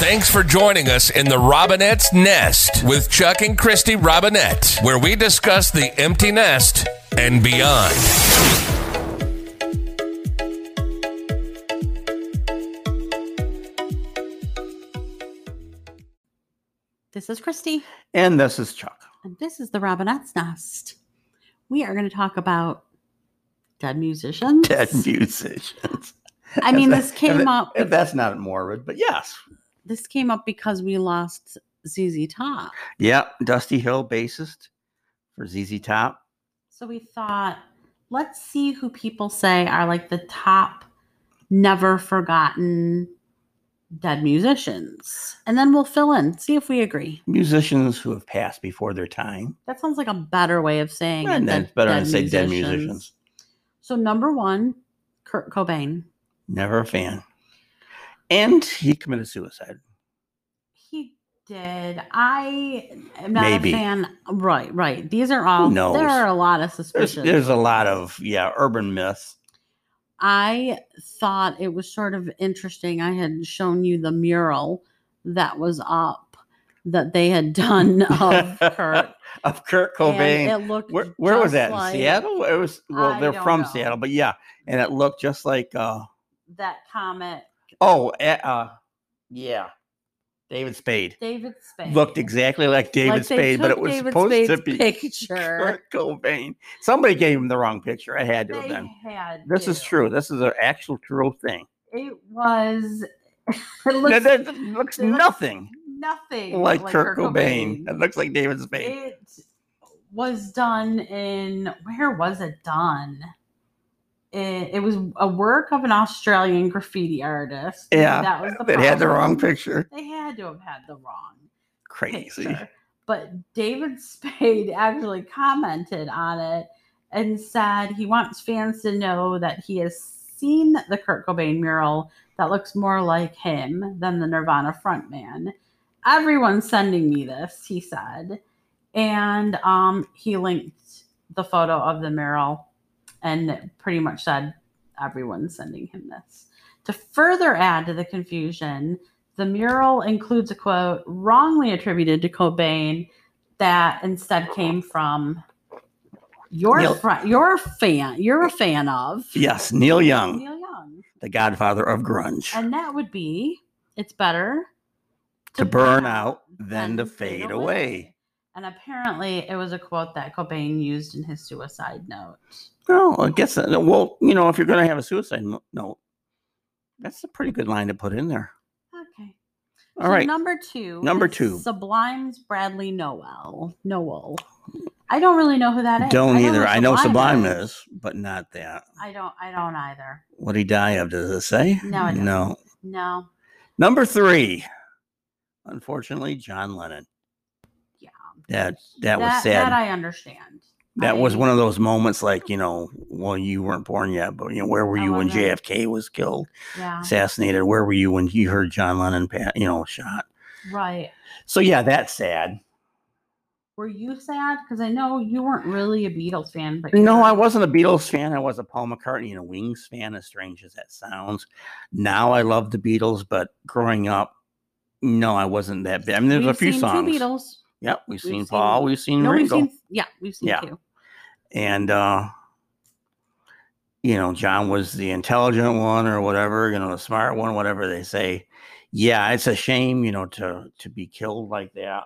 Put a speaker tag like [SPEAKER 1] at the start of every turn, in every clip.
[SPEAKER 1] Thanks for joining us in the Robinette's Nest with Chuck and Christy Robinette, where we discuss the empty nest and beyond.
[SPEAKER 2] This is Christy,
[SPEAKER 3] And this is Chuck.
[SPEAKER 2] and this is the Robinette's Nest. We are going to talk about dead musicians.
[SPEAKER 3] Dead musicians.
[SPEAKER 2] I mean, this came up.
[SPEAKER 3] If that's not morbid, but yes.
[SPEAKER 2] This came up because we lost ZZ Top,
[SPEAKER 3] Yeah, Dusty Hill bassist for ZZ Top.
[SPEAKER 2] so we thought, let's see who people say are like the top never forgotten dead musicians, and then we'll fill in, see if we agree.
[SPEAKER 3] Musicians who have passed before their time.
[SPEAKER 2] That sounds like a better way of saying it
[SPEAKER 3] And
[SPEAKER 2] than
[SPEAKER 3] that's better than say dead musicians.
[SPEAKER 2] So number one, Kurt Cobain.
[SPEAKER 3] Never a fan. And he committed suicide.
[SPEAKER 2] He did. I am not
[SPEAKER 3] Maybe.
[SPEAKER 2] a fan. Right, right. These are all.
[SPEAKER 3] knows?
[SPEAKER 2] There are a lot of
[SPEAKER 3] There's,
[SPEAKER 2] suspicions.
[SPEAKER 3] there's a lot of, yeah, urban myths.
[SPEAKER 2] I thought it was sort of interesting. I had shown you the mural that was up that they had done of Kurt.
[SPEAKER 3] of Kurt Cobain.
[SPEAKER 2] and it looked.
[SPEAKER 3] Oh, Where, where was
[SPEAKER 2] just
[SPEAKER 3] that?
[SPEAKER 2] like
[SPEAKER 3] in Seattle? It was, well,
[SPEAKER 2] I
[SPEAKER 3] they're
[SPEAKER 2] don't
[SPEAKER 3] from
[SPEAKER 2] know.
[SPEAKER 3] Seattle, but yeah. And it looked just like, uh,
[SPEAKER 2] That comet,
[SPEAKER 3] Oh, uh, uh, yeah, David Spade
[SPEAKER 2] David Spade
[SPEAKER 3] looked exactly like David
[SPEAKER 2] Like they
[SPEAKER 3] Spade, but
[SPEAKER 2] took
[SPEAKER 3] it was
[SPEAKER 2] David
[SPEAKER 3] supposed to
[SPEAKER 2] Spade's
[SPEAKER 3] be
[SPEAKER 2] picture.
[SPEAKER 3] Kurt Cobain. Somebody gave him the wrong picture. I had to have
[SPEAKER 2] They
[SPEAKER 3] been.
[SPEAKER 2] had
[SPEAKER 3] This is
[SPEAKER 2] to.
[SPEAKER 3] true. This is an actual true thing.
[SPEAKER 2] It was. It
[SPEAKER 3] Now,
[SPEAKER 2] looks
[SPEAKER 3] that, that looks
[SPEAKER 2] it looks
[SPEAKER 3] nothing
[SPEAKER 2] nothing
[SPEAKER 3] like, Kurt, Cobain. It looks like David Spade.
[SPEAKER 2] it was done in where was it done it, it was a work of an australian graffiti artist
[SPEAKER 3] Yeah,
[SPEAKER 2] that was the
[SPEAKER 3] They had the
[SPEAKER 2] problem.
[SPEAKER 3] wrong picture.
[SPEAKER 2] they had to have had the wrong
[SPEAKER 3] Crazy.
[SPEAKER 2] picture. but david spade actually commented on it and said he wants fans to know that he has seen the kurt cobain mural that looks more like him than the nirvana frontman everyone's sending me this he said and um, he linked the photo of the mural and pretty much said everyone's sending him this. To further add to the confusion, the mural includes a quote wrongly attributed to Cobain that instead came from your
[SPEAKER 3] Neil-
[SPEAKER 2] friend, your fan, you're a fan of
[SPEAKER 3] Yes, Neil Young,
[SPEAKER 2] Neil Young,
[SPEAKER 3] the godfather of grunge.
[SPEAKER 2] and that would be it's better
[SPEAKER 3] to burn out than to fade away.
[SPEAKER 2] And apparently, it was a quote that Cobain used in his suicide note.
[SPEAKER 3] Oh, I guess. uh, Well, you know, if you're going to have a suicide no- note, that's a pretty good line to put in there.
[SPEAKER 2] Okay.
[SPEAKER 3] All right.
[SPEAKER 2] Number two.
[SPEAKER 3] Number
[SPEAKER 2] is
[SPEAKER 3] two.
[SPEAKER 2] Sublime's Bradley Noel. Noel. I don't really know who that is.
[SPEAKER 3] Don't either. I know Sublime
[SPEAKER 2] is.
[SPEAKER 3] is, but not that.
[SPEAKER 2] I don't. I don't either.
[SPEAKER 3] What he die of? Does it say?
[SPEAKER 2] No, it doesn't.
[SPEAKER 3] no.
[SPEAKER 2] No.
[SPEAKER 3] Number three. Unfortunately, John Lennon.
[SPEAKER 2] Yeah.
[SPEAKER 3] That that, was
[SPEAKER 2] That
[SPEAKER 3] sad.
[SPEAKER 2] I understand.
[SPEAKER 3] that was
[SPEAKER 2] I-
[SPEAKER 3] one of those moments, like you know, well, you weren't born yet, but you know, where were
[SPEAKER 2] I
[SPEAKER 3] you when
[SPEAKER 2] wasn't.
[SPEAKER 3] JFK was killed,
[SPEAKER 2] Yeah.
[SPEAKER 3] assassinated? Where were you when you heard John Lennon, pa- you know, shot?
[SPEAKER 2] Right.
[SPEAKER 3] So yeah, that's sad.
[SPEAKER 2] Were you sad? Because I know you weren't really a Beatles fan, but
[SPEAKER 3] No,
[SPEAKER 2] you're-
[SPEAKER 3] I wasn't a Beatles fan. I was a Paul McCartney and a Wings fan, as strange as that sounds. Now I love the Beatles, but growing up, no, I wasn't that big. I mean, there's
[SPEAKER 2] We've
[SPEAKER 3] a few
[SPEAKER 2] seen
[SPEAKER 3] songs.
[SPEAKER 2] Two Beatles.
[SPEAKER 3] Yep, we've,
[SPEAKER 2] We've
[SPEAKER 3] seen
[SPEAKER 2] seen-
[SPEAKER 3] Paul, we've seen
[SPEAKER 2] No, we've
[SPEAKER 3] Ringo,
[SPEAKER 2] seen. Yeah, we've seen
[SPEAKER 3] Yeah.
[SPEAKER 2] two.
[SPEAKER 3] and uh, you know, John was the intelligent one or whatever, you know, the smart one, whatever they say. Yeah, it's a shame, you know, to to be killed like that.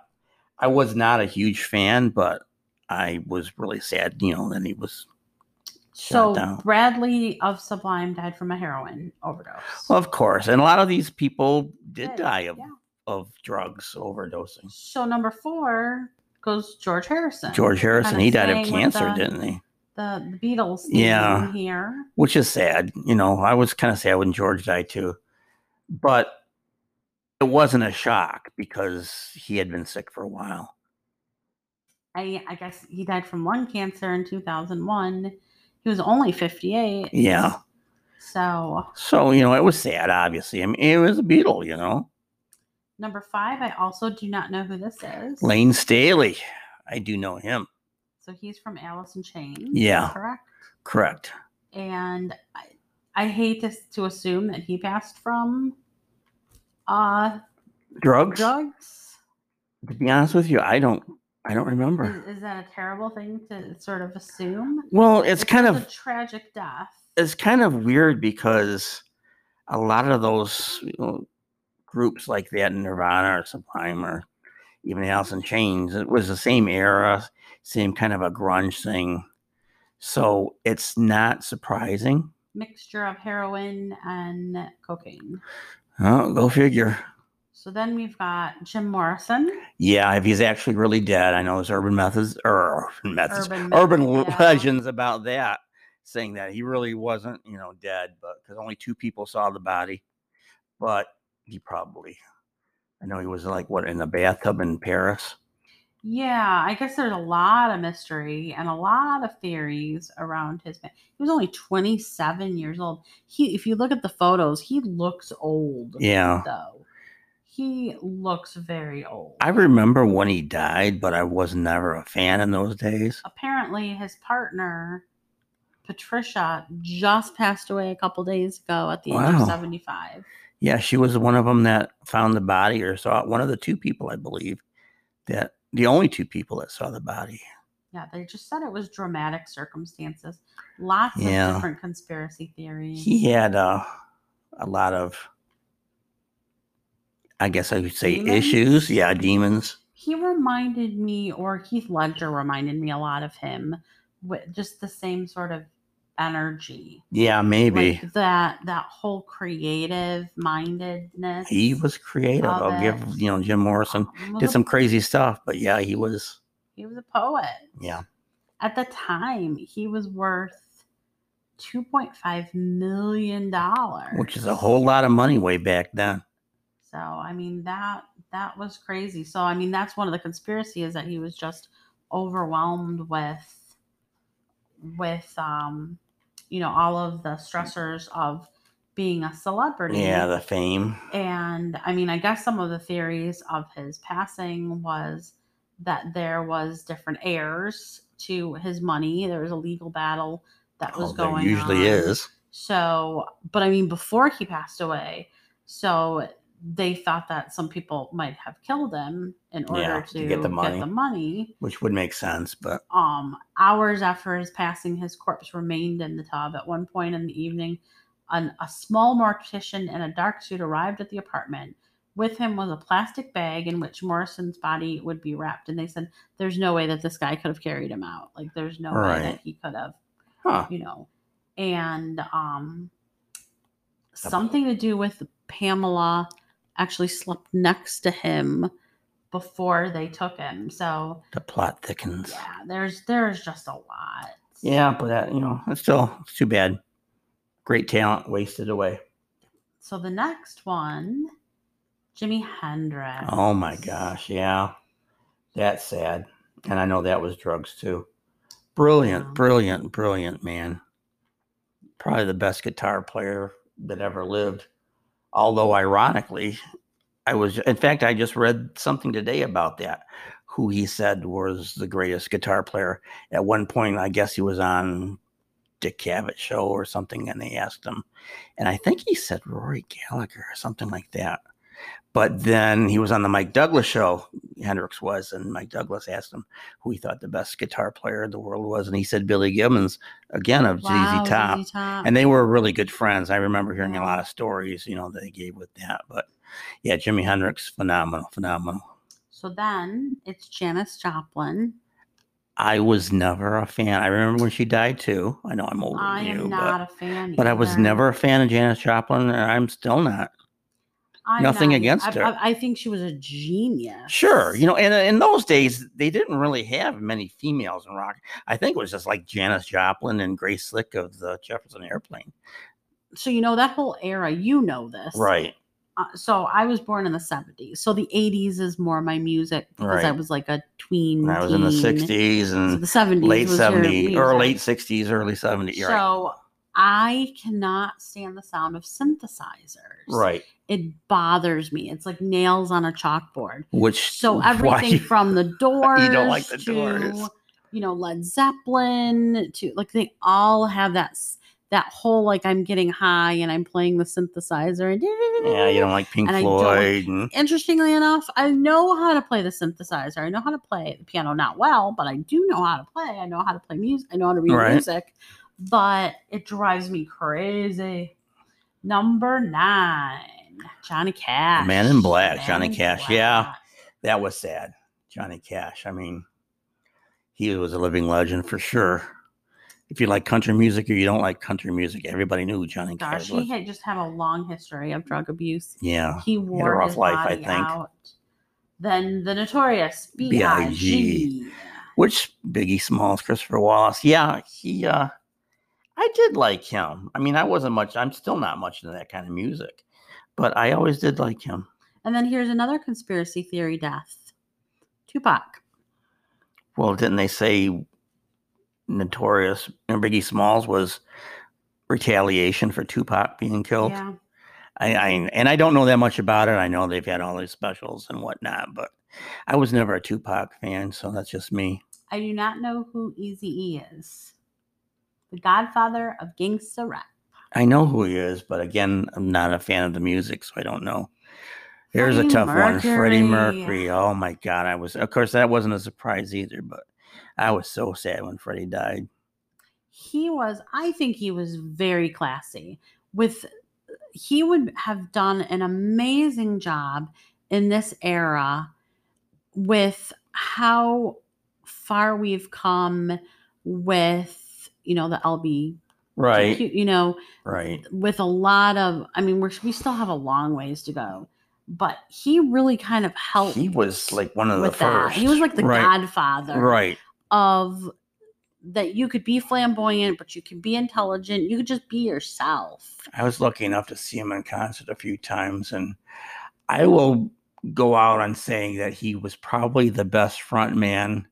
[SPEAKER 3] I was not a huge fan, but I was really sad, you know, that he was
[SPEAKER 2] So
[SPEAKER 3] down.
[SPEAKER 2] Bradley of Sublime died from a heroin overdose.
[SPEAKER 3] Well, Of course, and a lot of these people did
[SPEAKER 2] Good,
[SPEAKER 3] die of,
[SPEAKER 2] yeah.
[SPEAKER 3] of drugs overdosing.
[SPEAKER 2] So number four goes George Harrison.
[SPEAKER 3] George Harrison,
[SPEAKER 2] Kinda
[SPEAKER 3] he died of
[SPEAKER 2] staying with um,
[SPEAKER 3] cancer,
[SPEAKER 2] the-
[SPEAKER 3] didn't he?
[SPEAKER 2] the, the Beatles.
[SPEAKER 3] Yeah.
[SPEAKER 2] theme Here.
[SPEAKER 3] Which is sad. You know, I was kind of sad when George died too, but it wasn't a shock because he had been sick for a while.
[SPEAKER 2] I I guess he died from lung cancer in 2001. He was only 58.
[SPEAKER 3] Yeah.
[SPEAKER 2] So
[SPEAKER 3] So you know, it was sad. Obviously, I mean, it was a Beatle. You know,
[SPEAKER 2] number five, I also do not know who this is.
[SPEAKER 3] Lane Staley. I do know him.
[SPEAKER 2] So he's from Alice in Chains.
[SPEAKER 3] Yeah.
[SPEAKER 2] Correct.
[SPEAKER 3] Correct.
[SPEAKER 2] And I, I hate to, to assume that he passed from uh
[SPEAKER 3] drugs.
[SPEAKER 2] drugs?
[SPEAKER 3] To be honest with you, I don't. I don't remember.
[SPEAKER 2] Is, is that a terrible thing to sort of assume?
[SPEAKER 3] Well, it's kind
[SPEAKER 2] such
[SPEAKER 3] of
[SPEAKER 2] a tragic death.
[SPEAKER 3] it's kind of weird because a lot of those you know, groups like that, Nirvana or Sublime or even Alice in Chains, it was the same era, same kind of a grunge thing. So it's not surprising.
[SPEAKER 2] Mixture of heroin and cocaine.
[SPEAKER 3] Oh, go figure.
[SPEAKER 2] So then we've got Jim Morrison.
[SPEAKER 3] Yeah, if he's actually really dead, I know there's urban methods or urban methods,
[SPEAKER 2] Urban
[SPEAKER 3] urban,
[SPEAKER 2] myth,
[SPEAKER 3] le-
[SPEAKER 2] Mm, yeah.
[SPEAKER 3] legends about that, saying that he really wasn't, you know, dead, but because only two people saw the body, but he probably, I know he was like what in the bathtub in Paris.
[SPEAKER 2] Yeah, I guess there's a lot of mystery and a lot of theories around his. He was only 27 years old. He, if you look at the photos, he looks old.
[SPEAKER 3] Yeah,
[SPEAKER 2] Though he looks very old.
[SPEAKER 3] I remember when he died, but I was never a fan in those days.
[SPEAKER 2] apparently his partner Patricia just passed away a couple days ago at the age
[SPEAKER 3] Wow.
[SPEAKER 2] of 75.
[SPEAKER 3] Yeah, she was one of them that found the body or saw it. One of the two people, I believe, that the only two people that saw the body.
[SPEAKER 2] Yeah, they just said it was dramatic circumstances. Lots
[SPEAKER 3] Yeah.
[SPEAKER 2] of different conspiracy theories.
[SPEAKER 3] he had uh, a lot of i guess i would say
[SPEAKER 2] Demons?
[SPEAKER 3] issues yeah demons
[SPEAKER 2] he reminded me, or Heath Ledger reminded me a lot of him, with just the same sort of energy.
[SPEAKER 3] yeah maybe
[SPEAKER 2] Like that that whole creative mindedness.
[SPEAKER 3] he was creative
[SPEAKER 2] All
[SPEAKER 3] i'll give
[SPEAKER 2] that.
[SPEAKER 3] you know jim morrison
[SPEAKER 2] He was
[SPEAKER 3] did
[SPEAKER 2] a-
[SPEAKER 3] some crazy stuff but yeah he was
[SPEAKER 2] he was a poet.
[SPEAKER 3] yeah
[SPEAKER 2] at the time he was worth 2.5 million dollars
[SPEAKER 3] which is a whole lot of money way back then
[SPEAKER 2] so i mean that that was crazy so i mean that's one of the conspiracy is that he was just overwhelmed with with um you know all of the stressors of being a celebrity
[SPEAKER 3] yeah the fame
[SPEAKER 2] and I mean, I guess some of the theories of his passing was that there was different heirs to his money. There was a legal battle that was
[SPEAKER 3] oh, there
[SPEAKER 2] going.
[SPEAKER 3] usually
[SPEAKER 2] on.
[SPEAKER 3] is
[SPEAKER 2] So, but I mean, before he passed away, so they thought that some people might have killed him in order
[SPEAKER 3] Yeah,
[SPEAKER 2] to,
[SPEAKER 3] to get the money.
[SPEAKER 2] Get the money
[SPEAKER 3] which would make sense but
[SPEAKER 2] um, hours after his passing, his corpse remained in the tub. At one point in the evening, an, a small mortician in a dark suit arrived at the apartment. With him was a plastic bag in which Morrison's body would be wrapped. And they said, There's no way that this guy could have carried him out. Like, there's no way that
[SPEAKER 3] Right.
[SPEAKER 2] he could have,
[SPEAKER 3] huh
[SPEAKER 2] you know. And um, something to do with Pamela actually slept next to him before they took him. So
[SPEAKER 3] the plot thickens yeah,
[SPEAKER 2] yeah, there's there's just a lot.
[SPEAKER 3] but that you know it's still it's too bad great talent wasted away
[SPEAKER 2] So the next one, Jimi Hendrix.
[SPEAKER 3] Oh my gosh, yeah. That's sad. And I know that was drugs too. Brilliant,
[SPEAKER 2] Yeah.
[SPEAKER 3] brilliant, brilliant man. Probably the best guitar player that ever lived. Although ironically, I was in fact I just read something today about that. Who he said was the greatest guitar player. At one point, I guess he was on Dick Cavett show or something, and they asked him, and I think he said Rory Gallagher or something like that. But then he was on the Mike Douglas show, Hendrix was, and Mike Douglas asked him who he thought the best guitar player in the world was. And he said Billy Gibbons, again, of
[SPEAKER 2] Wow,
[SPEAKER 3] ZZ Top.
[SPEAKER 2] ZZ Top.
[SPEAKER 3] And they were really good friends. I remember hearing
[SPEAKER 2] Yeah.
[SPEAKER 3] a lot of stories, you know, that they gave with that. But yeah, Jimi Hendrix, phenomenal, phenomenal.
[SPEAKER 2] so then it's Janis Joplin.
[SPEAKER 3] I was never a fan. I remember when she died too. I know I'm older
[SPEAKER 2] I
[SPEAKER 3] than you,
[SPEAKER 2] am
[SPEAKER 3] but,
[SPEAKER 2] not a fan.
[SPEAKER 3] but I was
[SPEAKER 2] either.
[SPEAKER 3] never a fan of Janis Joplin, and I'm still not.
[SPEAKER 2] I'm
[SPEAKER 3] nothing
[SPEAKER 2] not-
[SPEAKER 3] against
[SPEAKER 2] I,
[SPEAKER 3] her.
[SPEAKER 2] I, I think she was a genius.
[SPEAKER 3] Sure, you know, and uh, in those days they didn't really have many females in rock. I think it was just like Janis Joplin and Grace Slick of the Jefferson Airplane.
[SPEAKER 2] So you know that whole era. You know this,
[SPEAKER 3] Right.
[SPEAKER 2] Uh, so I was born in the '70s. So the '80s is more my music because I
[SPEAKER 3] Right.
[SPEAKER 2] was like a tween.
[SPEAKER 3] And I was in the
[SPEAKER 2] teen.
[SPEAKER 3] '60s
[SPEAKER 2] So
[SPEAKER 3] and
[SPEAKER 2] the '70s,
[SPEAKER 3] late
[SPEAKER 2] was your
[SPEAKER 3] '70s or
[SPEAKER 2] music.
[SPEAKER 3] late '60s, early '70s. You're right.
[SPEAKER 2] So I cannot stand the sound of synthesizers.
[SPEAKER 3] Right.
[SPEAKER 2] It bothers me. It's like nails on a chalkboard.
[SPEAKER 3] Which
[SPEAKER 2] So
[SPEAKER 3] why
[SPEAKER 2] everything
[SPEAKER 3] you-
[SPEAKER 2] from the doors
[SPEAKER 3] you don't like the
[SPEAKER 2] to
[SPEAKER 3] Doors.
[SPEAKER 2] you know Led Zeppelin to like they all have that s- that whole like I'm getting high and I'm playing the synthesizer and
[SPEAKER 3] Yeah, you don't like Pink
[SPEAKER 2] And I don't-
[SPEAKER 3] Floyd. and-
[SPEAKER 2] interestingly enough, I know how to play the synthesizer. I know how to play the piano, not well, but I do know how to play. I know how to play music. I know how to read
[SPEAKER 3] Right.
[SPEAKER 2] music, but it drives me crazy. Number nine, Johnny Cash.
[SPEAKER 3] Man in Black,
[SPEAKER 2] Man
[SPEAKER 3] Johnny
[SPEAKER 2] in
[SPEAKER 3] Cash, yeah.
[SPEAKER 2] Black.
[SPEAKER 3] that was sad. Johnny Cash. I mean, he was a living legend for sure. If you like country music or you don't like country music, everybody knew who Johnny
[SPEAKER 2] Gosh,
[SPEAKER 3] Cash
[SPEAKER 2] he
[SPEAKER 3] was.
[SPEAKER 2] had just have a long history of drug abuse.
[SPEAKER 3] Yeah,
[SPEAKER 2] He wore
[SPEAKER 3] rough
[SPEAKER 2] his
[SPEAKER 3] life, I
[SPEAKER 2] body
[SPEAKER 3] think.
[SPEAKER 2] out. Then the notorious
[SPEAKER 3] B.I.G..
[SPEAKER 2] B.I.G.
[SPEAKER 3] which Biggie Smalls, Christopher Wallace. Yeah, he. uh I did like him. I mean, I wasn't much. I'm still not much into that kind of music, but I always did like him.
[SPEAKER 2] And then here's another conspiracy theory death. Tupac.
[SPEAKER 3] Well, didn't they say Notorious and Biggie Smalls was retaliation for Tupac being killed?
[SPEAKER 2] Yeah.
[SPEAKER 3] I, I and I don't know that much about it. I know they've had all these specials and whatnot, but I was never a Tupac fan, so that's just me.
[SPEAKER 2] I do not know who Easy E is. The godfather of gangsta rap.
[SPEAKER 3] I know who he is, but again, I'm not a fan of the music, so I don't know. Here's a
[SPEAKER 2] Freddie
[SPEAKER 3] tough one, Freddie
[SPEAKER 2] Mercury.
[SPEAKER 3] Mercury. Oh my God, I was. Of course, that wasn't a surprise either, but I was so sad when Freddie died.
[SPEAKER 2] He was, I think he was very classy. With he would have done an amazing job in this era with how far we've come with, you know, the LB, you know,
[SPEAKER 3] right.
[SPEAKER 2] with a lot of i mean we're, we still have a long ways to go but he really kind of helped
[SPEAKER 3] He was like one of the
[SPEAKER 2] with that
[SPEAKER 3] first.
[SPEAKER 2] he was like the
[SPEAKER 3] right.
[SPEAKER 2] godfather
[SPEAKER 3] Right.
[SPEAKER 2] of that you could be flamboyant but you can be intelligent you could just be yourself
[SPEAKER 3] I was lucky enough to see him in concert a few times, and I will go out on saying that he was probably the best front man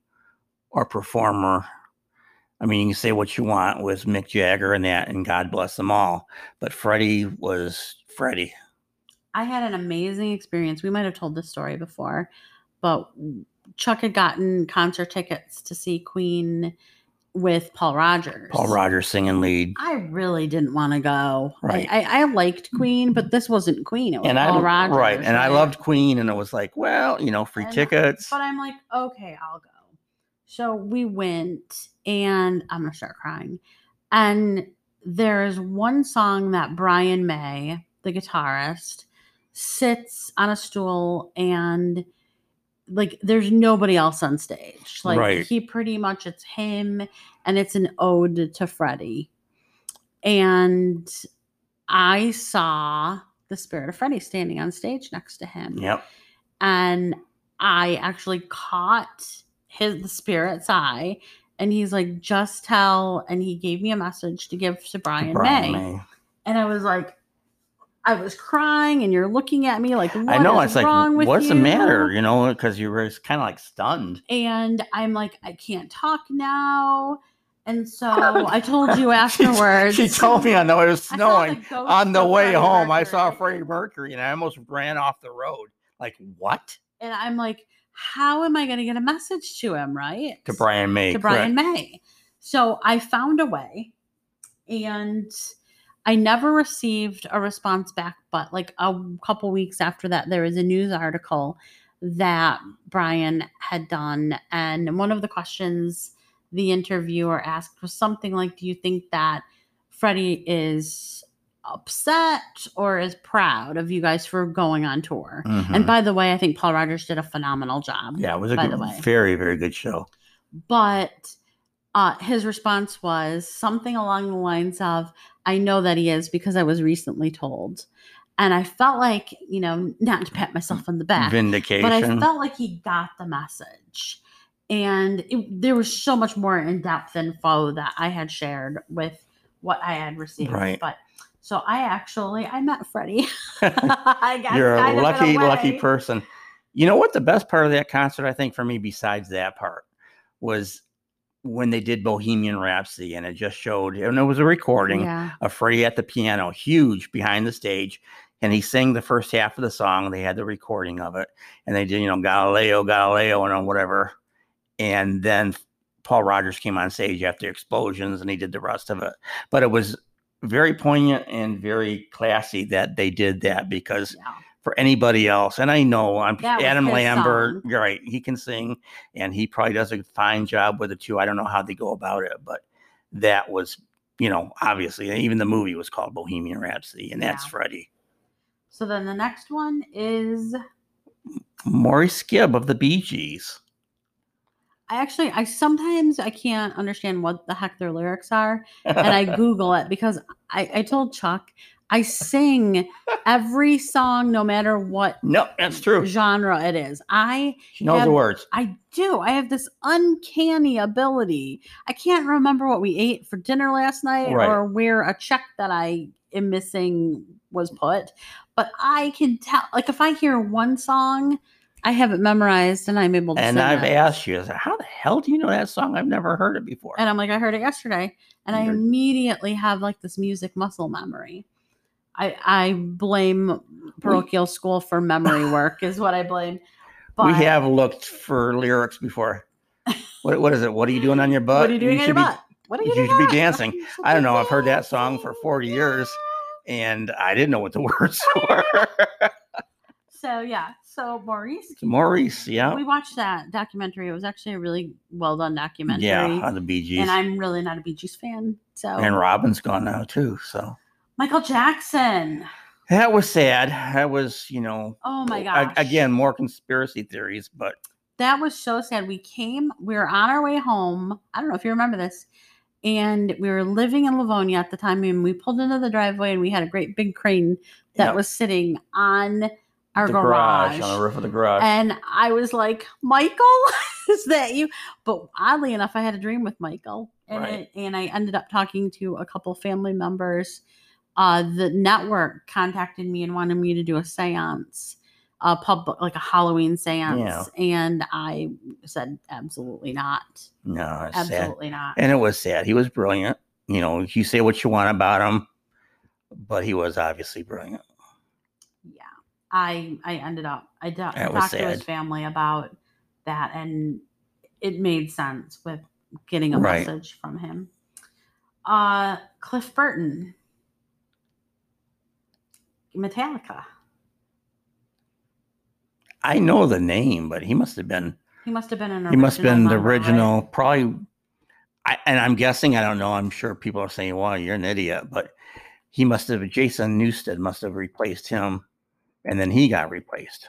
[SPEAKER 3] or performer. I mean, you can say what you want with Mick Jagger and that, and God bless them all, but Freddie was Freddie.
[SPEAKER 2] I had an amazing experience. We might have told this story before, but Chuck had gotten concert tickets to see Queen with Paul Rogers.
[SPEAKER 3] Paul Rogers singing lead.
[SPEAKER 2] I really didn't want to go. I-
[SPEAKER 3] Right.
[SPEAKER 2] I, I, liked Queen, but this wasn't Queen. It was
[SPEAKER 3] And I
[SPEAKER 2] Paul Rogers.
[SPEAKER 3] right, and I loved Queen, and it was like, well, you know, free
[SPEAKER 2] And-
[SPEAKER 3] tickets.
[SPEAKER 2] But I'm like, okay, I'll go. So we went, and I'm gonna start crying. And there is one song that Brian May, the guitarist, sits on a stool and like there's nobody else on stage. Like
[SPEAKER 3] Right.
[SPEAKER 2] he pretty much it's him and it's an ode to Freddie. And I saw the spirit of Freddie standing on stage next to him
[SPEAKER 3] Yep,
[SPEAKER 2] and I actually caught his the spirit's eye, and he's like, "Just tell," and he gave me a message to give to Brian, May. and I was like, I was crying, and you're looking at me like, "What
[SPEAKER 3] I know.
[SPEAKER 2] is
[SPEAKER 3] It's like,
[SPEAKER 2] wrong with
[SPEAKER 3] what's
[SPEAKER 2] you?
[SPEAKER 3] the matter? You know, because you were kind of like stunned.
[SPEAKER 2] And I'm like, "I can't talk now," and so I told you afterwards.
[SPEAKER 3] She, told me I know it was
[SPEAKER 2] I saw the
[SPEAKER 3] snowing.
[SPEAKER 2] ghost
[SPEAKER 3] On the
[SPEAKER 2] of
[SPEAKER 3] way
[SPEAKER 2] Freddie
[SPEAKER 3] home, I saw
[SPEAKER 2] Mercury.
[SPEAKER 3] Freddie Mercury and I almost ran off the road. Like, what?
[SPEAKER 2] and I'm like, "How am I going to get a message to him?" Right
[SPEAKER 3] To Brian May.
[SPEAKER 2] to Brian May. So I found a way and I never received a response back, but like a couple weeks after that, there was a news article that Brian had done. And one of the questions the interviewer asked was something like, Do you think that Freddie is upset or is proud of you guys for going on tour? And
[SPEAKER 3] Mhm.
[SPEAKER 2] by the way, I think Paul Rogers did a phenomenal job
[SPEAKER 3] yeah, it was a
[SPEAKER 2] by
[SPEAKER 3] good,
[SPEAKER 2] the way.
[SPEAKER 3] very, very good show.
[SPEAKER 2] but uh, his response was something along the lines of i know that he is because i was recently told and i felt like you know not to pat myself on the back
[SPEAKER 3] Vindication.
[SPEAKER 2] but i felt like he got the message and it, there was so much more in depth info that i had shared with what i had received
[SPEAKER 3] Right.
[SPEAKER 2] but so i actually i met freddie I got
[SPEAKER 3] You're
[SPEAKER 2] kind
[SPEAKER 3] a
[SPEAKER 2] of in
[SPEAKER 3] lucky, lucky
[SPEAKER 2] way.
[SPEAKER 3] person. You know what? The best part of that concert, I think, for me, besides that part, was when they did Bohemian Rhapsody and it just showed, and it was a recording.
[SPEAKER 2] yeah
[SPEAKER 3] a Freddie at the piano, huge behind the stage. And he sang the first half of the song. They had the recording of it. And they did, you know, Galileo, Galileo, and whatever. And then Paul Rogers came on stage after explosions and he did the rest of it. But it was very poignant and very classy that they did that because
[SPEAKER 2] Yeah.
[SPEAKER 3] for anybody else, and I know I'm
[SPEAKER 2] That was
[SPEAKER 3] Adam
[SPEAKER 2] his
[SPEAKER 3] Lambert, you're right, he can sing and he probably does a fine job with it too. I don't know how they go about it, but that was, you know, obviously, and even the movie was called Bohemian Rhapsody, and that's
[SPEAKER 2] Yeah.
[SPEAKER 3] Freddie.
[SPEAKER 2] So then the next one is
[SPEAKER 3] Maurice Gibb of the Bee Gees.
[SPEAKER 2] I actually I sometimes I can't understand what the heck their lyrics are and I Google it because I, I told Chuck I sing every song no matter what
[SPEAKER 3] no, that's true.
[SPEAKER 2] genre it is. I
[SPEAKER 3] She knows
[SPEAKER 2] had-
[SPEAKER 3] the words.
[SPEAKER 2] I do. I have this uncanny ability. I can't remember what we ate for dinner last night
[SPEAKER 3] Right.
[SPEAKER 2] or where a check that I am missing was put, but I can tell. Like if I hear one song, I have it memorized and I'm able to.
[SPEAKER 3] And
[SPEAKER 2] sing
[SPEAKER 3] I've
[SPEAKER 2] it.
[SPEAKER 3] asked you, I said, how the hell do you know that song? I've never heard it before.
[SPEAKER 2] and I'm like, I heard it yesterday, and I
[SPEAKER 3] You're-
[SPEAKER 2] immediately have like this music muscle memory. I I blame parochial school for memory work is what I blame. But
[SPEAKER 3] we have looked for lyrics before. What, what is it? What are uh, you doing on your butt?
[SPEAKER 2] what are you doing in your
[SPEAKER 3] should be-
[SPEAKER 2] butt? What are you,
[SPEAKER 3] you
[SPEAKER 2] doing
[SPEAKER 3] should be
[SPEAKER 2] on your butt?
[SPEAKER 3] dancing.
[SPEAKER 2] You should
[SPEAKER 3] I
[SPEAKER 2] be
[SPEAKER 3] don't know. I've heard that song
[SPEAKER 2] dancing.
[SPEAKER 3] for 40 years and I didn't know what the words were.
[SPEAKER 2] So yeah, so Maurice,
[SPEAKER 3] Maurice, yeah.
[SPEAKER 2] we watched that documentary. It was actually a really well done documentary.
[SPEAKER 3] Yeah, on the Bee Gees.
[SPEAKER 2] and
[SPEAKER 3] And,
[SPEAKER 2] I'm really not a Bee Gees fan. So
[SPEAKER 3] Robin's gone now too. So
[SPEAKER 2] Michael Jackson.
[SPEAKER 3] that was sad. That was, you know,
[SPEAKER 2] Oh my
[SPEAKER 3] a-
[SPEAKER 2] gosh.
[SPEAKER 3] again, more conspiracy theories, but
[SPEAKER 2] that was so sad. We came, we were on our way home. I don't know if you remember this. And we were living in Livonia at the time, and we pulled into the driveway, and we had a great big crane that
[SPEAKER 3] Yeah.
[SPEAKER 2] was sitting on our
[SPEAKER 3] the
[SPEAKER 2] garage.
[SPEAKER 3] on the roof of the garage.
[SPEAKER 2] and I was like, Michael, is that you? But oddly enough, I had a dream with Michael, and
[SPEAKER 3] Right.
[SPEAKER 2] it, and I ended up talking to a couple family members. Uh, the network contacted me and wanted me to do a séance, a public like a Halloween séance,
[SPEAKER 3] Yeah.
[SPEAKER 2] and I said absolutely not,
[SPEAKER 3] no, it's sad.
[SPEAKER 2] absolutely not.
[SPEAKER 3] And it was sad. He was brilliant. You know, you say what you want about him, but he was obviously brilliant.
[SPEAKER 2] yeah i i ended up i do-
[SPEAKER 3] That was
[SPEAKER 2] talked to his
[SPEAKER 3] sad.
[SPEAKER 2] family about that and it made sense with getting a
[SPEAKER 3] Right.
[SPEAKER 2] message from him uh cliff burton metallica
[SPEAKER 3] I know the name, but he must have been
[SPEAKER 2] he must have been an
[SPEAKER 3] he must have been the
[SPEAKER 2] member, right?
[SPEAKER 3] original, probably. I, and I'm guessing I don't know. I'm sure people are saying, "Wow, you're an idiot," but he must have. Jason Newsted must have replaced him, and then he got replaced.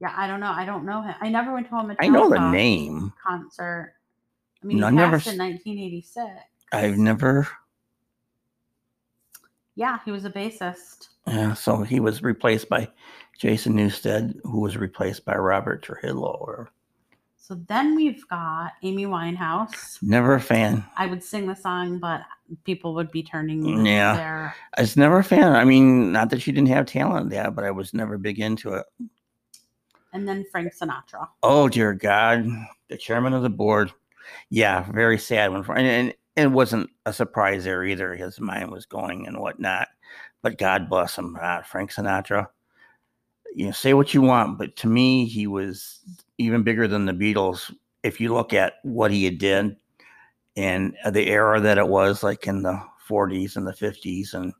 [SPEAKER 2] yeah i don't know i don't know him i never went to a metallica
[SPEAKER 3] I know the name.
[SPEAKER 2] concert i mean
[SPEAKER 3] No,
[SPEAKER 2] he
[SPEAKER 3] I never
[SPEAKER 2] passed in
[SPEAKER 3] s-
[SPEAKER 2] 1986
[SPEAKER 3] I've never.
[SPEAKER 2] yeah he was a bassist
[SPEAKER 3] Yeah, so he was replaced by Jason Newsted, who was replaced by Robert Trujillo. Or
[SPEAKER 2] so then we've got amy winehouse
[SPEAKER 3] never a fan.
[SPEAKER 2] I would sing the song, but people would be turning
[SPEAKER 3] Yeah.
[SPEAKER 2] their
[SPEAKER 3] I was never a fan. I mean, not that she didn't have talent, yeah, but I was never big into it.
[SPEAKER 2] and then Frank Sinatra.
[SPEAKER 3] Oh dear God, the chairman of the board. Yeah, very sad one for and, and it wasn't a surprise there either. His mind was going and whatnot. But God bless him, uh, Frank Sinatra. You know, say what you want, but to me, he was even bigger than the Beatles. If you look at what he had did and the era that it was, like in the 40s and the 50s, and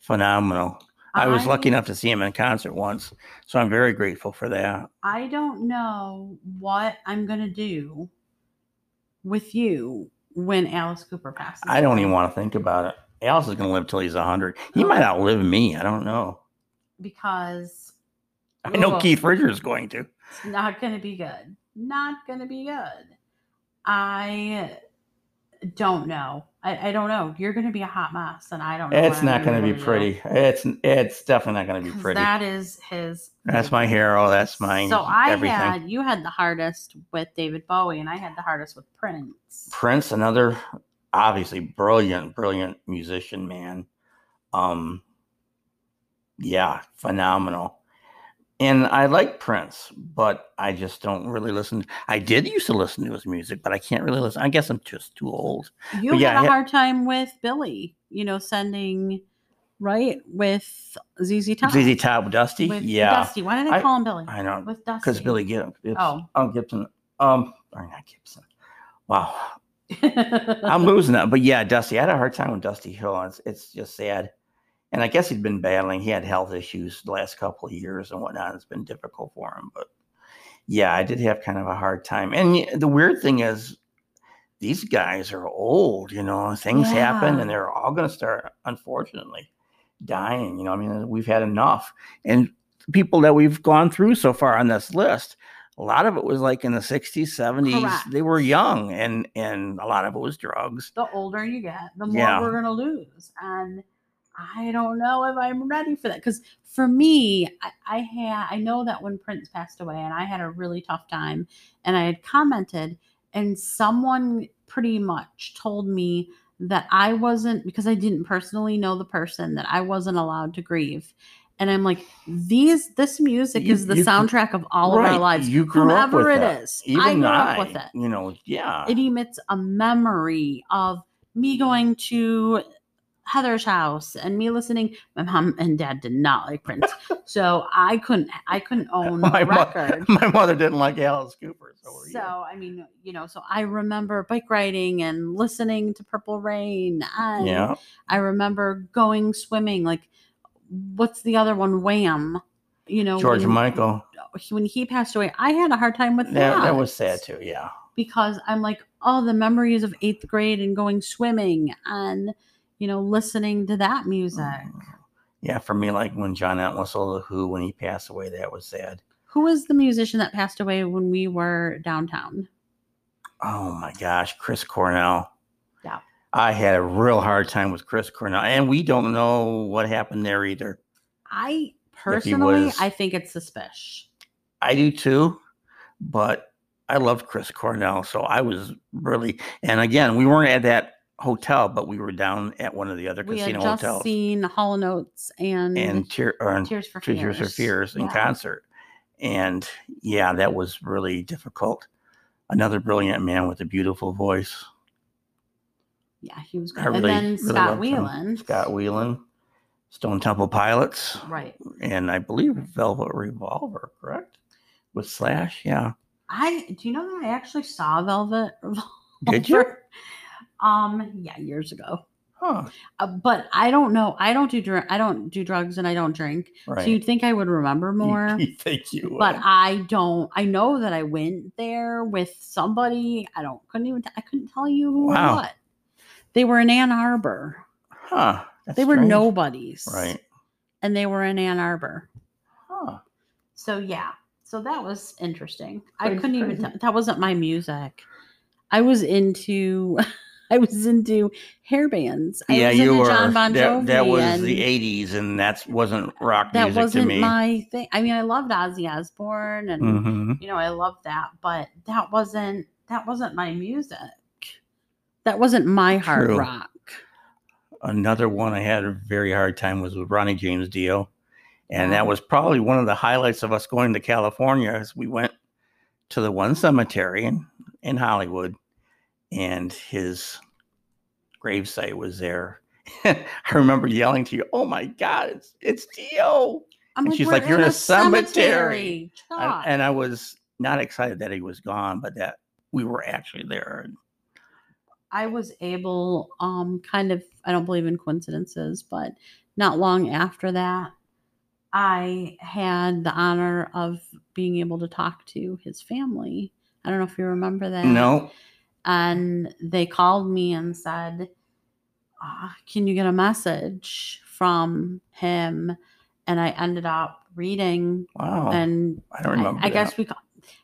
[SPEAKER 3] phenomenal. I was lucky enough to see him in concert once, so I'm very grateful for that.
[SPEAKER 2] I don't know what I'm gonna do with you when Alice Cooper passes.
[SPEAKER 3] I don't
[SPEAKER 2] away.
[SPEAKER 3] even want to think about it. Alice is going to live till he's 100. He might outlive me. I don't know.
[SPEAKER 2] because
[SPEAKER 3] I know
[SPEAKER 2] Ugh.
[SPEAKER 3] Keith Richards is going to.
[SPEAKER 2] it's not gonna be good. Not gonna be good. I don't know. I, I don't know. You're gonna be a hot mess, and I don't. know
[SPEAKER 3] It's
[SPEAKER 2] what
[SPEAKER 3] not
[SPEAKER 2] I'm
[SPEAKER 3] going to be
[SPEAKER 2] do.
[SPEAKER 3] pretty. It's it's definitely not going to be
[SPEAKER 2] 'Cause
[SPEAKER 3] pretty.
[SPEAKER 2] That is his.
[SPEAKER 3] That's my
[SPEAKER 2] favorite.
[SPEAKER 3] hero. That's mine.
[SPEAKER 2] So I
[SPEAKER 3] everything.
[SPEAKER 2] had you had the hardest with David Bowie, and I had the hardest with Prince.
[SPEAKER 3] Prince, another obviously brilliant, brilliant musician, man. Um, yeah, phenomenal. And I like Prince, but I just don't really listen. I did used to listen to his music, but I can't really listen. I guess I'm just too old.
[SPEAKER 2] You
[SPEAKER 3] But
[SPEAKER 2] had
[SPEAKER 3] yeah, I
[SPEAKER 2] a
[SPEAKER 3] had-
[SPEAKER 2] hard time with Billy, you know, sending right with ZZ Top.
[SPEAKER 3] ZZ Top, Dusty,
[SPEAKER 2] With
[SPEAKER 3] yeah,
[SPEAKER 2] Dusty. Why did I,
[SPEAKER 3] I-
[SPEAKER 2] call him Billy?
[SPEAKER 3] I know
[SPEAKER 2] with Dusty.
[SPEAKER 3] because Billy Gib- Gibbs,
[SPEAKER 2] Oh.
[SPEAKER 3] oh Gibson, um, or not Gibson. Wow, I'm losing that. But yeah, Dusty, I had a hard time with Dusty Hill. It's, it's just sad. And I guess he'd been battling. He had health issues the last couple of years and whatnot. It's been difficult for him. But yeah, I did have kind of a hard time. And the weird thing is, these guys are old, you know, things happen
[SPEAKER 2] Yeah.
[SPEAKER 3] and they're all going to start, unfortunately, dying. You know, I mean, we've had enough. And people that we've gone through so far on this list, a lot of it was like in the 60s, 70s.
[SPEAKER 2] Correct.
[SPEAKER 3] They were young and and a lot of it was drugs.
[SPEAKER 2] the older you get, the more
[SPEAKER 3] Yeah.
[SPEAKER 2] we're going to lose. And I don't know if I'm ready for that. Because for me, I, I had I know that when Prince passed away, and I had a really tough time, and I had commented, and someone pretty much told me that I wasn't because I didn't personally know the person that I wasn't allowed to grieve. And I'm like, these this music
[SPEAKER 3] You-
[SPEAKER 2] is the
[SPEAKER 3] you-
[SPEAKER 2] soundtrack of all of
[SPEAKER 3] Right,
[SPEAKER 2] our lives.
[SPEAKER 3] You grew up
[SPEAKER 2] Whomever
[SPEAKER 3] with
[SPEAKER 2] it
[SPEAKER 3] that.
[SPEAKER 2] is,
[SPEAKER 3] Even
[SPEAKER 2] I grew up with it
[SPEAKER 3] You know, yeah.
[SPEAKER 2] it emits a memory of me going to Heather's house and me listening. My mom and dad did not like Prince, so I couldn't. I couldn't own
[SPEAKER 3] my,
[SPEAKER 2] the
[SPEAKER 3] mo-
[SPEAKER 2] record.
[SPEAKER 3] my mother didn't like Alice Cooper. So, were you.
[SPEAKER 2] So I mean, you know, so I remember bike riding and listening to Purple Rain. And
[SPEAKER 3] yeah.
[SPEAKER 2] I remember going swimming. Like, what's the other one? Wham. You know,
[SPEAKER 3] George
[SPEAKER 2] when,
[SPEAKER 3] Michael.
[SPEAKER 2] when he passed away, I had a hard time with
[SPEAKER 3] That,
[SPEAKER 2] that.
[SPEAKER 3] that was sad too. Yeah.
[SPEAKER 2] because I'm like, oh, the memories of eighth grade and going swimming and, you know, listening to that music.
[SPEAKER 3] Mm. Yeah. For me, like when John Entwistle, The Who, when he passed away, that was sad.
[SPEAKER 2] Who was the musician that passed away when we were downtown?
[SPEAKER 3] Oh my gosh. Chris Cornell.
[SPEAKER 2] Yeah.
[SPEAKER 3] I had a real hard time with Chris Cornell. And we don't know what happened there either.
[SPEAKER 2] I personally,
[SPEAKER 3] was-
[SPEAKER 2] I think it's suspicious.
[SPEAKER 3] I do too, but I loved Chris Cornell, so I was really. And again, we weren't at that hotel, but we were down at one of the other
[SPEAKER 2] We had
[SPEAKER 3] casino
[SPEAKER 2] just
[SPEAKER 3] hotels
[SPEAKER 2] seen Hall and Oates and,
[SPEAKER 3] and tear or and
[SPEAKER 2] Tears for Fears.
[SPEAKER 3] Tears for Fears in
[SPEAKER 2] Yeah.
[SPEAKER 3] concert, and yeah, that was really difficult. Another brilliant man with a beautiful voice,
[SPEAKER 2] Yeah, he was great.
[SPEAKER 3] I
[SPEAKER 2] and
[SPEAKER 3] really-
[SPEAKER 2] then
[SPEAKER 3] really
[SPEAKER 2] Scott
[SPEAKER 3] loved him.
[SPEAKER 2] Whelan.
[SPEAKER 3] Scott Whelan, Stone Temple Pilots,
[SPEAKER 2] Right.
[SPEAKER 3] and I believe Velvet Revolver, correct? With Slash, yeah.
[SPEAKER 2] I do you know that I actually saw Velvet Revolver?
[SPEAKER 3] Did you?
[SPEAKER 2] Um, yeah, years ago.
[SPEAKER 3] Huh.
[SPEAKER 2] Uh, but I don't know. I don't do dr- I don't do drugs and I don't drink.
[SPEAKER 3] Right.
[SPEAKER 2] So you'd think I would remember more,
[SPEAKER 3] You, think you Uh, would.
[SPEAKER 2] but I don't. I know that I went there with somebody. I don't couldn't even t- I couldn't tell you who or
[SPEAKER 3] Wow.
[SPEAKER 2] what. They were in Ann Arbor.
[SPEAKER 3] Huh. that's
[SPEAKER 2] they were
[SPEAKER 3] strange.
[SPEAKER 2] nobodies.
[SPEAKER 3] Right.
[SPEAKER 2] And they were in Ann Arbor.
[SPEAKER 3] Huh.
[SPEAKER 2] So yeah. So that was interesting. I
[SPEAKER 3] Pretty
[SPEAKER 2] couldn't even
[SPEAKER 3] crazy.
[SPEAKER 2] tell that wasn't my music. I was into I was into hair bands. I
[SPEAKER 3] Yeah,
[SPEAKER 2] was
[SPEAKER 3] you
[SPEAKER 2] into
[SPEAKER 3] were.
[SPEAKER 2] John Bon
[SPEAKER 3] that, that
[SPEAKER 2] Jovi
[SPEAKER 3] was
[SPEAKER 2] and-
[SPEAKER 3] the '80s, and that wasn't rock
[SPEAKER 2] that
[SPEAKER 3] music
[SPEAKER 2] wasn't
[SPEAKER 3] to me.
[SPEAKER 2] my thing. I mean, I loved Ozzy Osbourne, and
[SPEAKER 3] Mhm.
[SPEAKER 2] you know, I loved that, but that wasn't that wasn't my music. That wasn't my hard
[SPEAKER 3] True.
[SPEAKER 2] rock.
[SPEAKER 3] Another one I had a very hard time was with Ronnie James Dio, and that
[SPEAKER 2] Wow.
[SPEAKER 3] was probably one of the highlights of us going to California. Is we went to the one cemetery in, in Hollywood, and his gravesite was there. I remember yelling to you, "Oh my God, it's it's Dio!"
[SPEAKER 2] I'm
[SPEAKER 3] And she's
[SPEAKER 2] "We're
[SPEAKER 3] like, "You're in a
[SPEAKER 2] cemetery.
[SPEAKER 3] I-
[SPEAKER 2] Chuck."
[SPEAKER 3] and I was not excited that he was gone, but that we were actually there.
[SPEAKER 2] I was able, um, kind of, I don't believe in coincidences, but not long after that, I had the honor of being able to talk to his family. I don't know if you remember that.
[SPEAKER 3] No,
[SPEAKER 2] and they called me and said, uh, "Can you get a message from him?" And I ended up reading,
[SPEAKER 3] wow,
[SPEAKER 2] and
[SPEAKER 3] I don't
[SPEAKER 2] I,
[SPEAKER 3] remember.
[SPEAKER 2] I
[SPEAKER 3] that.
[SPEAKER 2] guess we, ca-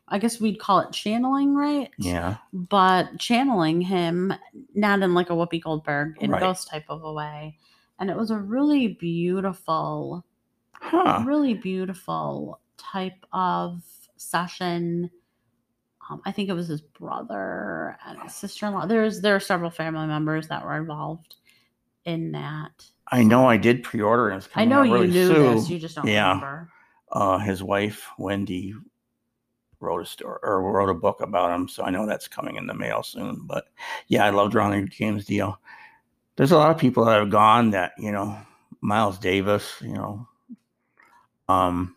[SPEAKER 2] I guess we'd call it channeling, right?
[SPEAKER 3] yeah,
[SPEAKER 2] But channeling him, not in like a Whoopi Goldberg in
[SPEAKER 3] Right.
[SPEAKER 2] ghost type of a way, and it was a really beautiful
[SPEAKER 3] huh?
[SPEAKER 2] really beautiful type of session. Um, I think it was his brother and sister in law. There's there are several family members that were involved in that.
[SPEAKER 3] I know I did pre-order, and it's
[SPEAKER 2] I
[SPEAKER 3] coming
[SPEAKER 2] know
[SPEAKER 3] out
[SPEAKER 2] you
[SPEAKER 3] really
[SPEAKER 2] knew
[SPEAKER 3] soon.
[SPEAKER 2] this, you just don't
[SPEAKER 3] Yeah.
[SPEAKER 2] remember.
[SPEAKER 3] uh, his wife Wendy wrote a story or wrote a book about him, so I know that's coming in the mail soon. But yeah, I loved Ronnie James Dio. There's a lot of people that have gone that you know, Miles Davis, you know, um,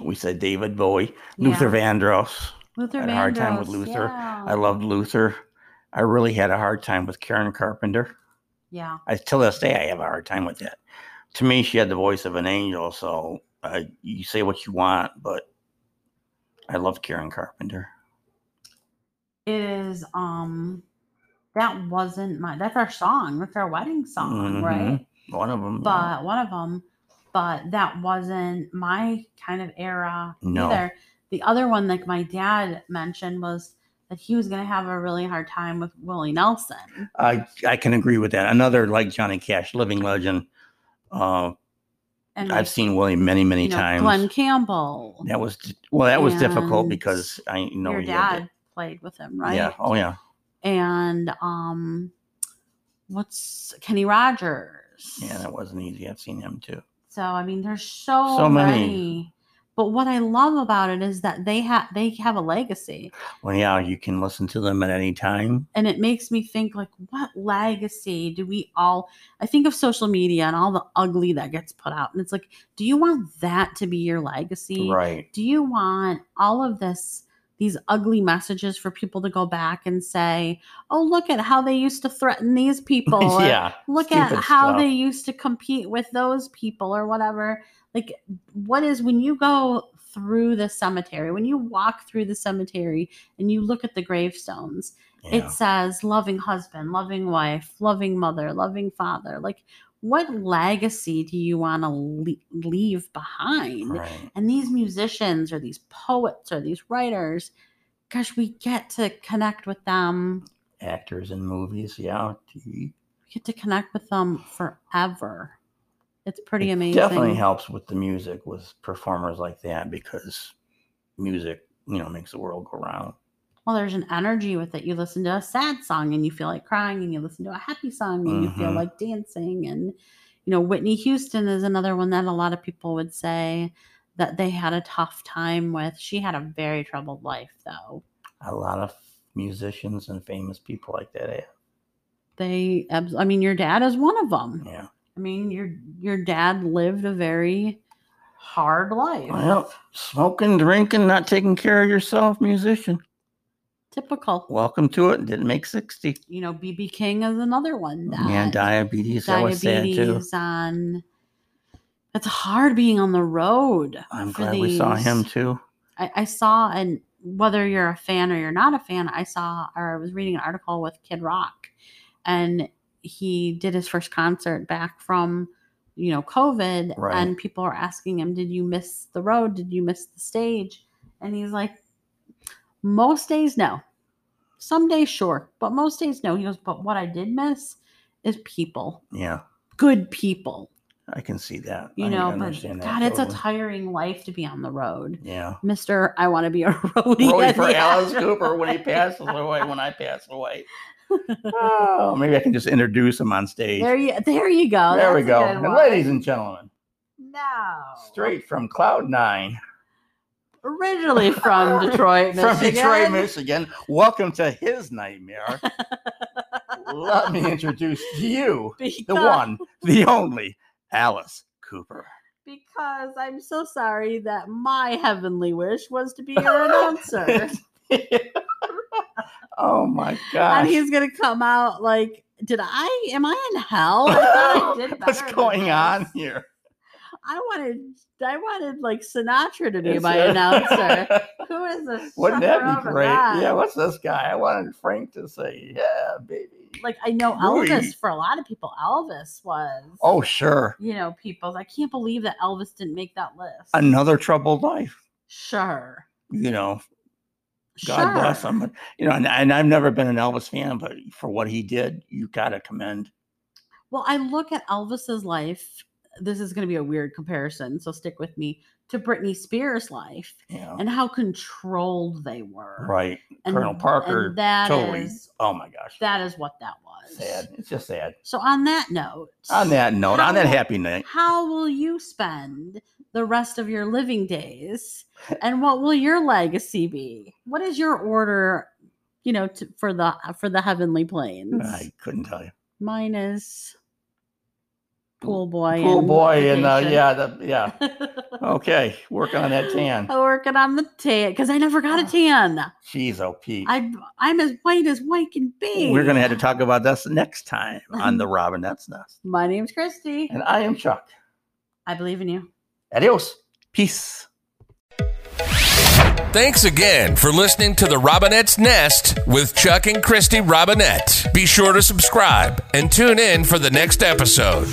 [SPEAKER 3] we said David Bowie, Luther Vandross.
[SPEAKER 2] Luther
[SPEAKER 3] had a hard time with
[SPEAKER 2] Vandross,
[SPEAKER 3] Luther.
[SPEAKER 2] Yeah.
[SPEAKER 3] I loved Luther. I really had a hard time with Karen Carpenter.
[SPEAKER 2] Yeah.
[SPEAKER 3] I till this day I have a hard time with that. To me, she had the voice of an angel. So uh, you say what you want, but I love Karen Carpenter.
[SPEAKER 2] It is um that wasn't my that's our song. That's our wedding song,
[SPEAKER 3] Mhm.
[SPEAKER 2] right?
[SPEAKER 3] One of them.
[SPEAKER 2] But one of them, but that wasn't my kind of era
[SPEAKER 3] No.
[SPEAKER 2] either. The other one like my dad mentioned was that he was gonna have a really hard time with Willie Nelson.
[SPEAKER 3] I I can agree with that. Another like Johnny Cash, living legend. Uh,
[SPEAKER 2] And like,
[SPEAKER 3] I've seen Willie many many
[SPEAKER 2] you know,
[SPEAKER 3] times.
[SPEAKER 2] Glenn Campbell.
[SPEAKER 3] that was well, that was difficult
[SPEAKER 2] And
[SPEAKER 3] because I you know
[SPEAKER 2] your
[SPEAKER 3] he had
[SPEAKER 2] dad played with him, right?
[SPEAKER 3] Yeah. Oh yeah.
[SPEAKER 2] And um what's Kenny Rogers.
[SPEAKER 3] Yeah, that wasn't easy. I've seen him too.
[SPEAKER 2] So I mean, there's so,
[SPEAKER 3] So
[SPEAKER 2] many.
[SPEAKER 3] many.
[SPEAKER 2] But what I love about it is that they have they have a legacy,
[SPEAKER 3] Well, yeah, you can listen to them at any time.
[SPEAKER 2] and it makes me think like, what legacy do we all? I think of social media and all the ugly that gets put out, and it's like, do you want that to be your legacy?
[SPEAKER 3] Right.
[SPEAKER 2] Do you want all of this? These ugly messages for people to go back and say, "Oh, look at how they used to threaten these people." and
[SPEAKER 3] yeah.
[SPEAKER 2] uh, look at
[SPEAKER 3] stupid
[SPEAKER 2] how
[SPEAKER 3] stuff.
[SPEAKER 2] they used to compete with those people or whatever like what is when you go through the cemetery when you walk through the cemetery and you look at the gravestones
[SPEAKER 3] Yeah.
[SPEAKER 2] it says loving husband loving wife loving mother loving father like what legacy do you want to le- leave behind
[SPEAKER 3] right.
[SPEAKER 2] and these musicians or these poets or these writers gosh we get to connect with them
[SPEAKER 3] Actors in movies. Yeah. TV.
[SPEAKER 2] get to connect with them forever. It's pretty
[SPEAKER 3] It
[SPEAKER 2] amazing.
[SPEAKER 3] Definitely helps with the music with performers like that because music, you know, makes the world go round.
[SPEAKER 2] Well, there's an energy with it. You listen to a sad song and you feel like crying, and you listen to a happy song and you feel
[SPEAKER 3] Mhm.
[SPEAKER 2] like dancing. And, you know, Whitney Houston is another one that a lot of people would say that they had a tough time with. She had a very troubled life, though.
[SPEAKER 3] A lot of musicians and famous people like that. eh?
[SPEAKER 2] They, abs- I mean, your dad is one of them.
[SPEAKER 3] Yeah.
[SPEAKER 2] I mean, your your dad lived a very hard life.
[SPEAKER 3] Well, smoking, drinking, not taking care of yourself, musician.
[SPEAKER 2] Typical.
[SPEAKER 3] Welcome to it. Didn't make 60.
[SPEAKER 2] you know, BB King is another one that
[SPEAKER 3] Yeah, diabetes. That was sad too.
[SPEAKER 2] diabetes on. It's um, hard being on the road.
[SPEAKER 3] I'm
[SPEAKER 2] for
[SPEAKER 3] glad we saw him
[SPEAKER 2] these.
[SPEAKER 3] too.
[SPEAKER 2] I, I saw, and whether you're a fan or you're not a fan, I saw or I was reading an article with Kid Rock, and he did his first concert back from, you know, COVID,
[SPEAKER 3] Right.
[SPEAKER 2] and people are asking him, "Did you miss the road? Did you miss the stage?" And he's like, "Most days, no. Some days, sure, but most days, no." He goes, "But what I did miss is people,
[SPEAKER 3] Yeah,
[SPEAKER 2] good people,
[SPEAKER 3] I can see that.
[SPEAKER 2] you
[SPEAKER 3] I
[SPEAKER 2] know." But
[SPEAKER 3] understand
[SPEAKER 2] God,
[SPEAKER 3] that
[SPEAKER 2] it's a
[SPEAKER 3] totally.
[SPEAKER 2] tiring life to be on the road.
[SPEAKER 3] yeah.
[SPEAKER 2] Mister, I want to be a roadie.
[SPEAKER 3] Roy
[SPEAKER 2] at
[SPEAKER 3] for
[SPEAKER 2] the
[SPEAKER 3] Alice
[SPEAKER 2] end.
[SPEAKER 3] Cooper when he passes away. When I pass away. Oh, maybe I can just introduce him on stage.
[SPEAKER 2] There you, there you go.
[SPEAKER 3] there we
[SPEAKER 2] That's a
[SPEAKER 3] go,
[SPEAKER 2] good
[SPEAKER 3] And
[SPEAKER 2] one.
[SPEAKER 3] ladies and gentlemen,
[SPEAKER 2] no,
[SPEAKER 3] straight from Cloud Nine,
[SPEAKER 2] originally from Detroit,
[SPEAKER 3] from
[SPEAKER 2] Michigan.
[SPEAKER 3] Detroit, Michigan. Welcome to his nightmare. Let me introduce to you
[SPEAKER 2] Because,
[SPEAKER 3] the one, the only Alice Cooper.
[SPEAKER 2] because I'm so sorry that my heavenly wish was to be your announcer,
[SPEAKER 3] oh my
[SPEAKER 2] and
[SPEAKER 3] gosh.
[SPEAKER 2] he's gonna come out like, "Did I? Am I in hell? I thought I did
[SPEAKER 3] What's
[SPEAKER 2] better than
[SPEAKER 3] going on
[SPEAKER 2] this.
[SPEAKER 3] here?
[SPEAKER 2] I wanted, I wanted like Sinatra to be
[SPEAKER 3] It's,
[SPEAKER 2] my
[SPEAKER 3] uh,
[SPEAKER 2] announcer. Who is this?
[SPEAKER 3] Wouldn't that
[SPEAKER 2] sucker
[SPEAKER 3] be
[SPEAKER 2] over
[SPEAKER 3] great?
[SPEAKER 2] that?
[SPEAKER 3] Yeah, what's this guy? I wanted Frank to say, yeah, baby.
[SPEAKER 2] Like I know
[SPEAKER 3] Really?
[SPEAKER 2] Elvis. For a lot of people, Elvis was.
[SPEAKER 3] Oh, sure.
[SPEAKER 2] you know, people. I can't believe that Elvis didn't make that list.
[SPEAKER 3] Another troubled life,
[SPEAKER 2] sure.
[SPEAKER 3] you know. God
[SPEAKER 2] sure.
[SPEAKER 3] bless him. But, you know, and, and I've never been an Elvis fan, but for what he did, you got to commend.
[SPEAKER 2] Well, I look at Elvis's life. This is going to be a weird comparison, so stick with me to Britney Spears' life
[SPEAKER 3] Yeah.
[SPEAKER 2] and how controlled they were.
[SPEAKER 3] Right.
[SPEAKER 2] And-
[SPEAKER 3] Colonel Parker
[SPEAKER 2] and that
[SPEAKER 3] totally-
[SPEAKER 2] is-
[SPEAKER 3] Oh, my gosh.
[SPEAKER 2] that is what that was.
[SPEAKER 3] sad. It's just sad.
[SPEAKER 2] So on that note,
[SPEAKER 3] On that note, on that
[SPEAKER 2] How-
[SPEAKER 3] happy night,
[SPEAKER 2] how will you spend the rest of your living days and what will your legacy be what is your order you know to, for the for the heavenly planes
[SPEAKER 3] I couldn't tell you.
[SPEAKER 2] mine is pool boy.
[SPEAKER 3] Cool boy, and uh,
[SPEAKER 2] vacation.
[SPEAKER 3] yeah, the, yeah. Okay, working on that tan. Ah.
[SPEAKER 2] I'm working on the tan because I never got a tan.
[SPEAKER 3] Jeez, oh Pete.
[SPEAKER 2] I I'm as white as white can be.
[SPEAKER 3] We're gonna have to talk about this next time on the Robinette's Nest.
[SPEAKER 2] My name's Christy.
[SPEAKER 3] And I am Chuck.
[SPEAKER 2] I believe in you.
[SPEAKER 3] Adios. Peace.
[SPEAKER 1] Thanks again for listening to the Robinette's Nest with Chuck and Christy Robinette. Be sure to subscribe and tune in for the next episode.